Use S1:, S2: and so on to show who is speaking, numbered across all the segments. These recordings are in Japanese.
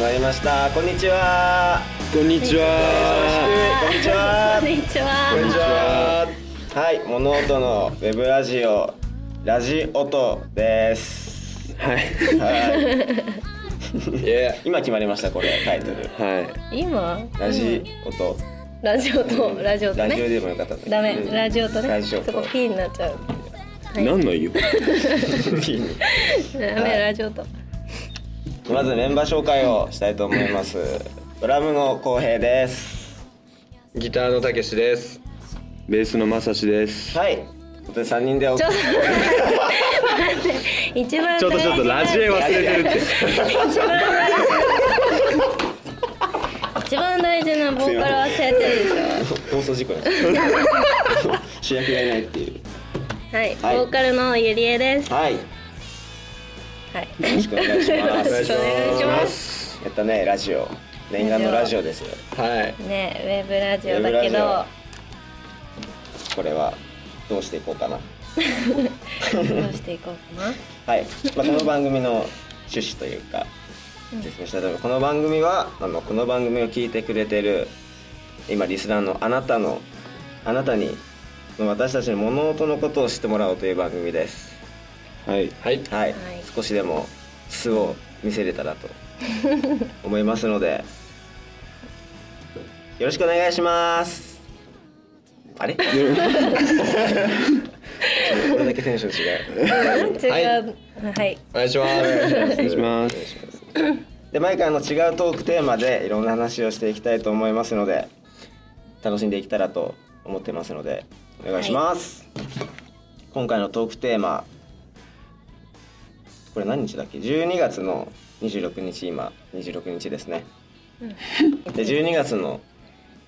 S1: まりましたこんにちは
S2: こんにちは。
S1: こんにちは
S3: こんにち
S1: こんにち
S3: は。
S1: ははい物音のウェブラジオラジオトです
S2: はい。
S1: はい
S2: いや。
S1: 今決まりましたこれタイトル
S2: は
S3: 今
S1: ラジ音
S3: ラジオとラジオ
S1: ラジオ
S3: とね。
S1: でもよかった
S3: ダメラジオと
S1: ラ
S3: ね。
S1: ジ
S3: そ
S1: オと
S3: こ P になっちゃう。
S2: い。なんの言う。
S1: オ
S3: ダメラジオと。
S1: まずメンバー紹介をしたいと思いますドラムの浩平です
S2: ギターのたけしです。ベースのまさしです。
S1: はい本当に三人でお
S3: ちょ
S1: 送
S3: っ
S1: り
S3: と待って。一番
S2: ちょっとちょっとラジエ忘れてるって。。
S3: 一番大事なボーカル忘れてるでし
S1: 放送事故や 主役がいないっていう
S3: ょ。はい。
S1: はい
S3: ボーカルのゆりえです。
S1: はいよ
S3: はい。
S1: ろしくお願いしま
S3: よろ
S1: す
S3: しくお願いします
S1: やったねラジオ念願のラジオですよ
S2: はい。
S3: ねウェブラジオだ
S1: ウェ
S3: け
S1: ブラ
S3: ど。
S1: これはどうしていこうかな
S3: どうしていこうかな。
S1: はい、まあ、この番組の趣旨というか説明したいと思いますこの番組はあのこの番組を聞いてくれてる今リスナーのあなたのあなたに私たちの物音のことを知ってもらおうという番組です
S2: はい。はい。
S1: はい、
S3: はい
S1: 少しでも素を見せれたらと思いますのでよろしくお願いしますあれこれだけテンション違う
S3: 違う。はい。
S2: お願いします。お願いします。
S1: で毎回あの違うトークテーマでいろんな話をしていきたいと思いますので楽しんでいけたらと思ってますのでお願いします、今回のトークテーマこれ何日だっけ12月の26日今26日ですねで12月の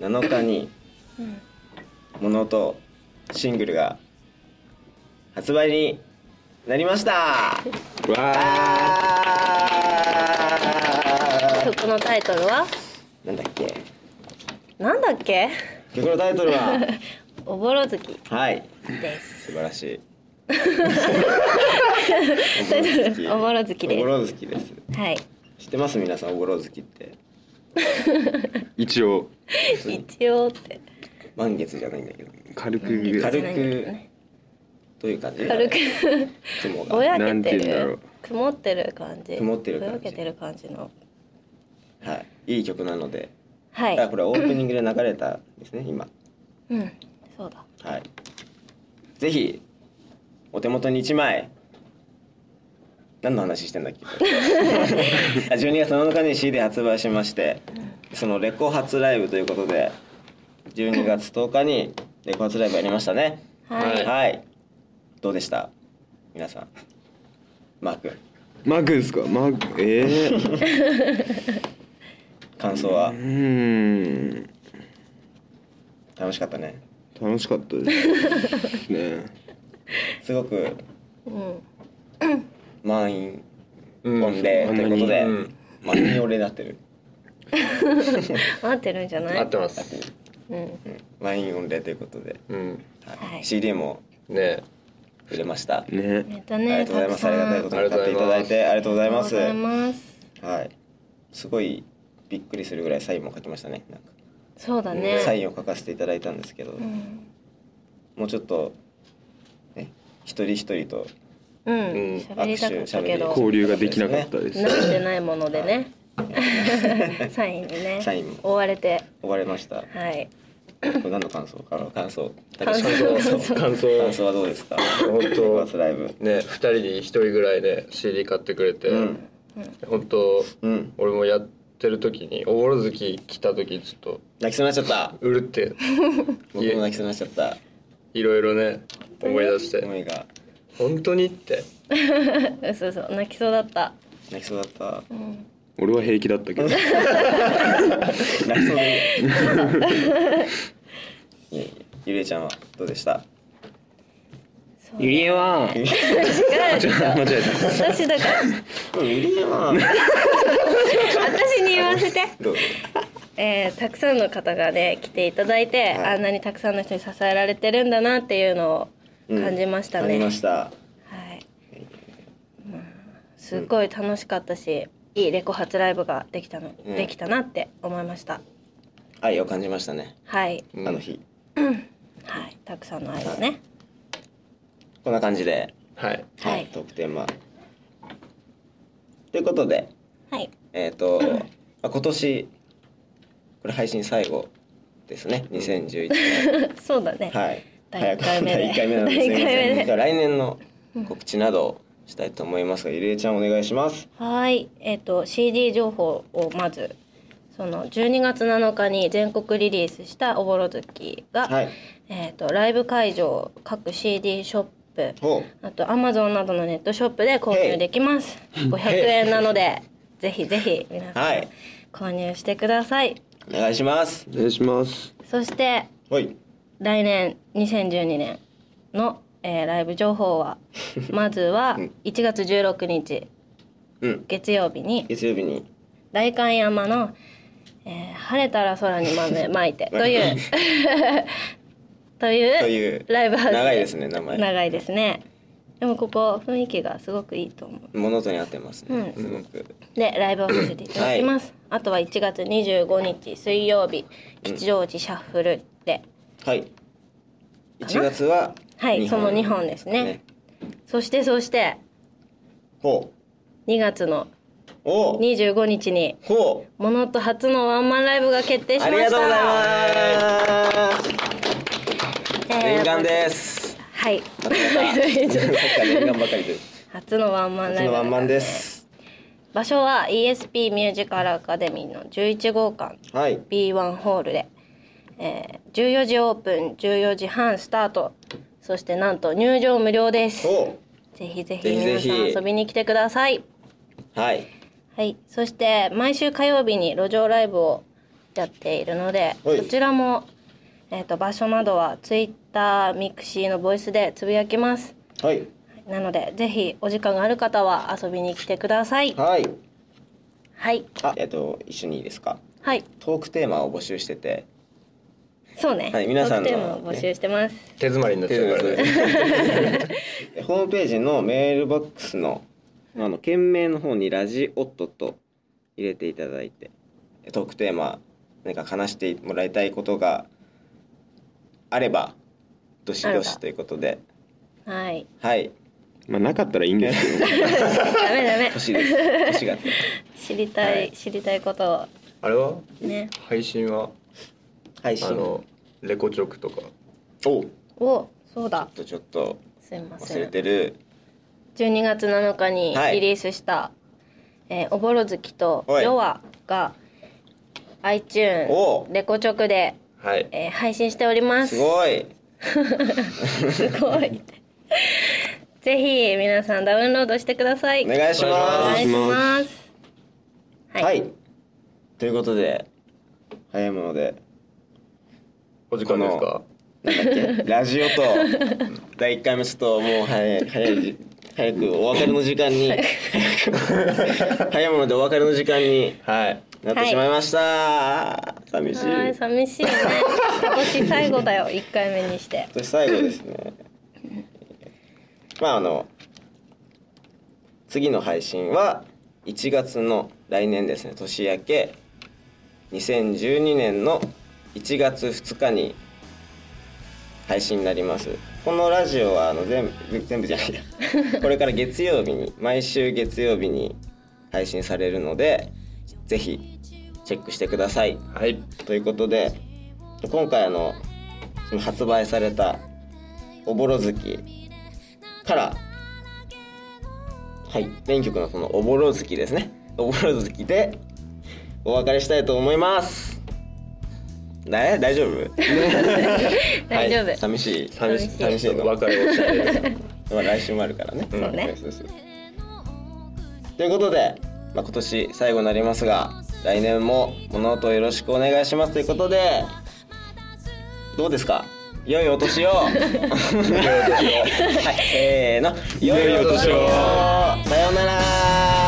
S1: 7日に
S3: うん
S1: 「物音」シングルが発売になりました
S2: わ
S1: あ
S3: 曲のタイトルは
S1: ーなんだっけ
S3: なんだっけ？
S1: 曲のタイトル は
S3: おぼろ月
S1: はい
S3: です。
S1: 素晴らし い
S3: タイトルおぼろ月
S1: お
S3: で
S1: ぼろ月です
S3: す。はい。
S1: 知ってます皆さんおぼろ月って
S2: 一応
S3: 一応って
S1: 満月じゃないんだけど
S2: 軽くぐらい
S1: 軽
S3: じゃないんだけど
S1: く
S3: ね
S1: どういう感じ
S3: 軽く
S1: 雲が
S3: ぼや
S2: な
S3: け
S2: んて
S3: て
S2: 言うんだろう
S3: る曇ってる感じ
S1: 曇ってる感じ
S3: ぼやけてる感じの
S1: はいいい曲なので、
S3: は
S1: だから
S3: い
S1: これオープニングで流れたんですね今
S3: うんそうだ
S1: はいぜひお手元に一枚何の話してんだっけ あ12月7日に CD 発売しましてそのレコ発ライブということで12月10日にレコ発ライブやりましたね
S3: はい
S1: どうでした皆さんマー君
S2: マークですか。マーク。ええー。
S1: 感想は
S2: うーん。
S1: 楽しかったね
S2: 楽しかったです。ね。
S1: すごく
S3: うん
S1: 満員御
S2: うん
S1: 礼ということで、
S2: うん
S1: 満員御礼になってる
S3: 合ってるんじゃない
S4: 合ってます。
S3: うん
S1: 満員御礼ということで
S4: うん。
S1: は、
S3: はいい
S1: CD も
S4: ね
S1: 売れました。
S2: ね。
S3: めった
S1: あり
S3: ね
S1: がとうございます。ありがたいことに歌っていただいてありがとうございます。
S3: ありがとうございます
S1: はい。すごいびっくりするぐらいサインも書きましたね。なんか
S3: そうだね
S1: サインを書かせていただいたんですけど、
S3: うん
S1: もうちょっとね一人一人と
S3: うん
S4: ん
S3: 喋りたかったけ
S1: 握手
S3: ど
S2: 交流ができなかったです。
S3: 慣れてないものでね サインにね
S1: サインも
S3: 追われて
S1: 追われました。
S3: はい
S1: これ何の感想から感想。
S3: 感想
S1: 感想
S4: 感想
S1: 感想はどうですか。
S4: 本当
S1: バスライブ。
S4: ね二人に一人ぐらいで CD 買ってくれて、
S1: うん
S4: 本当
S1: うん。
S4: 俺もやってる時におぼろ月来た時ちょっと
S1: 泣きそうになっちゃった。
S4: うるって
S1: 僕も泣きそうになっちゃった。
S4: いろいろね思い出して
S1: 思いが
S4: 本当にって
S3: そうそう泣きそうだった
S1: 泣きそうだった。
S3: うん
S2: 俺は平気だっ た けど。
S1: 泣きそうで いい。いえいえゆりえちゃんはどうでした。
S3: そう
S2: ゆりえは。違う。間違えた。
S3: 私だから
S1: うんゆりえは。
S3: 私に言わせて、
S1: どうぞ。
S3: えーたくさんの方がね来ていただいて、
S1: はい
S3: あんなにたくさんの人に支えられてるんだなっていうのを感じましたね、
S1: 感じました。
S3: はい、まあすっごい楽しかったし、いいレコ発ライブができたの、
S1: うん
S3: できたなって思いました
S1: 愛を感じましたね、
S3: はい
S4: うん
S1: あの日
S3: はいたくさんの愛をね
S1: こんな感じで、
S4: はい
S3: はい
S1: トークテーマということで
S3: はい
S1: えっ、と、まあ、今年これ配信最後ですね2011年、
S3: そうだね、
S1: はい
S3: 第一回目で
S1: 第1回目なのです
S3: 第
S1: す
S3: 一
S1: みま
S3: 回目
S1: せ
S3: で
S1: んじゃあ来年の告知などをしたいと思いますがゆりえちゃんお願いします
S3: はい、えっ、と CD 情報をまずその12月7日に全国リリースしたおぼろ月が、
S1: はい
S3: えっ、とライブ会場各 CD ショップ
S1: ほう
S3: あと Amazon などのネットショップで購入できます。500円なの でぜひぜひ皆さん、
S1: はい
S3: 購入してください。
S1: お願いします
S2: お願いします
S3: そして
S1: ほい
S3: 来年2012年の、えーライブ情 報はまずは1月16日
S1: うん
S3: 月曜日に
S1: 月曜日に
S3: 代官山の、えー晴れたら空に豆 まいて」というという
S1: という
S3: ライブハウス
S1: 長いですね名前
S3: 長いですねでもここ雰囲気がすごくいいと思う
S1: 物音に合ってますね、
S3: うん
S1: すごく
S3: でライブをさせていただきます、あとは1月25日水曜日吉祥寺シャッフルで、
S1: はい1月は
S3: はい
S1: 日
S3: その2本ですねそしてそして
S1: ほ
S3: 2月の
S1: うおう
S3: 25日に
S1: ほ
S3: モノと初のワンマンライブが決定
S1: う
S3: し
S1: あ
S3: ま
S1: りが
S3: した
S1: とうございます
S3: えー
S1: 念願です
S3: はい
S1: また 念願ばかりで
S3: 初のワンマンラ
S1: そ
S3: イブ
S1: のワンマンです
S3: 場所は ESP ミュージカルアカデミーの11号館
S1: はい
S3: B1 ホールで、えー、14時オープン14時半スタートそしてなんと入場無料です
S1: ほ
S3: ぜひぜひ
S1: ぜひ
S3: 皆
S1: ぜひ
S3: さん遊びに来てください。
S1: うはい
S3: はい、そして毎週火曜日に路上ライブをやっているので、
S1: はい
S3: そちらも、えー、と場所などはツイッターミクシーのボイスでつぶやきます。
S1: はい
S3: なのでぜひお時間がある方は遊びに来てください。
S1: はい
S3: はい、
S1: あえっと一緒にいいですか
S3: はい、
S1: トークテーマを募集してて
S3: そうね。
S1: はい皆さんの
S3: トークテーマを募集してます。
S4: 手詰まりになっちゃうからね
S1: ホームページのメールボックスのあの件名の方に「ラジオット」と入れていただいてトークテーマ何か話してもらいたいことがあればどしどしということで
S3: はい、
S1: はい
S2: まあなかったらいいんですけど
S3: ダメダメ
S1: 欲。しいです欲しがって
S3: 知りたい、
S1: はい
S3: 知りたいこと
S4: あれは
S3: をね
S4: 配信は
S1: 配
S4: あ
S1: 信を
S4: のレコチョクとか
S1: ちょ
S3: をそうだ
S1: っ。とちょっと
S3: すいません。
S1: 忘れてる
S3: 12月7日に
S1: はい
S3: リリースした「えーおぼろ月」と「
S1: はい
S3: ヨワ」が iTune
S1: お
S3: レコチョクで、
S4: はい
S3: えー配信しております
S1: すごい
S3: すごいぜひ皆さんダウンロードしてください
S1: お願いします
S3: お願いします
S1: はい、ということで早いもので
S4: お時間ですか
S1: なんだっけラジオと第1回目ちょっともう早い早いじ早くお別れの時間に早いものでお別れの時間に
S4: はい
S1: なってしまいました、寂しい
S3: はい
S1: 今
S3: 寂しいね今年最後だよ1回目にして
S1: 年最後ですねまああの次の配信は1月の来年ですね年明け2012年の1月2日に配信になりますこのラジオはあの全部全部じゃないやこれから月曜日に毎週月曜日に配信されるのでぜひチェックしてください
S4: はい
S1: ということで今回あのその発売された「おぼろ月」からはい全曲のこの「おぼろ月」ですね「おぼろ月」でお別れしたいと思いますね大丈夫
S3: 大丈夫、
S1: はい寂しい
S4: 寂しい
S1: 寂しいの
S4: 別れをしたいです
S1: まあ来週もあるからね
S3: そうね
S1: そうそうということで、まあ、今年最後になりますが来年も物音をよろしくお願いしますということでどうですか良いお年をはいせーの良いお年をさようなら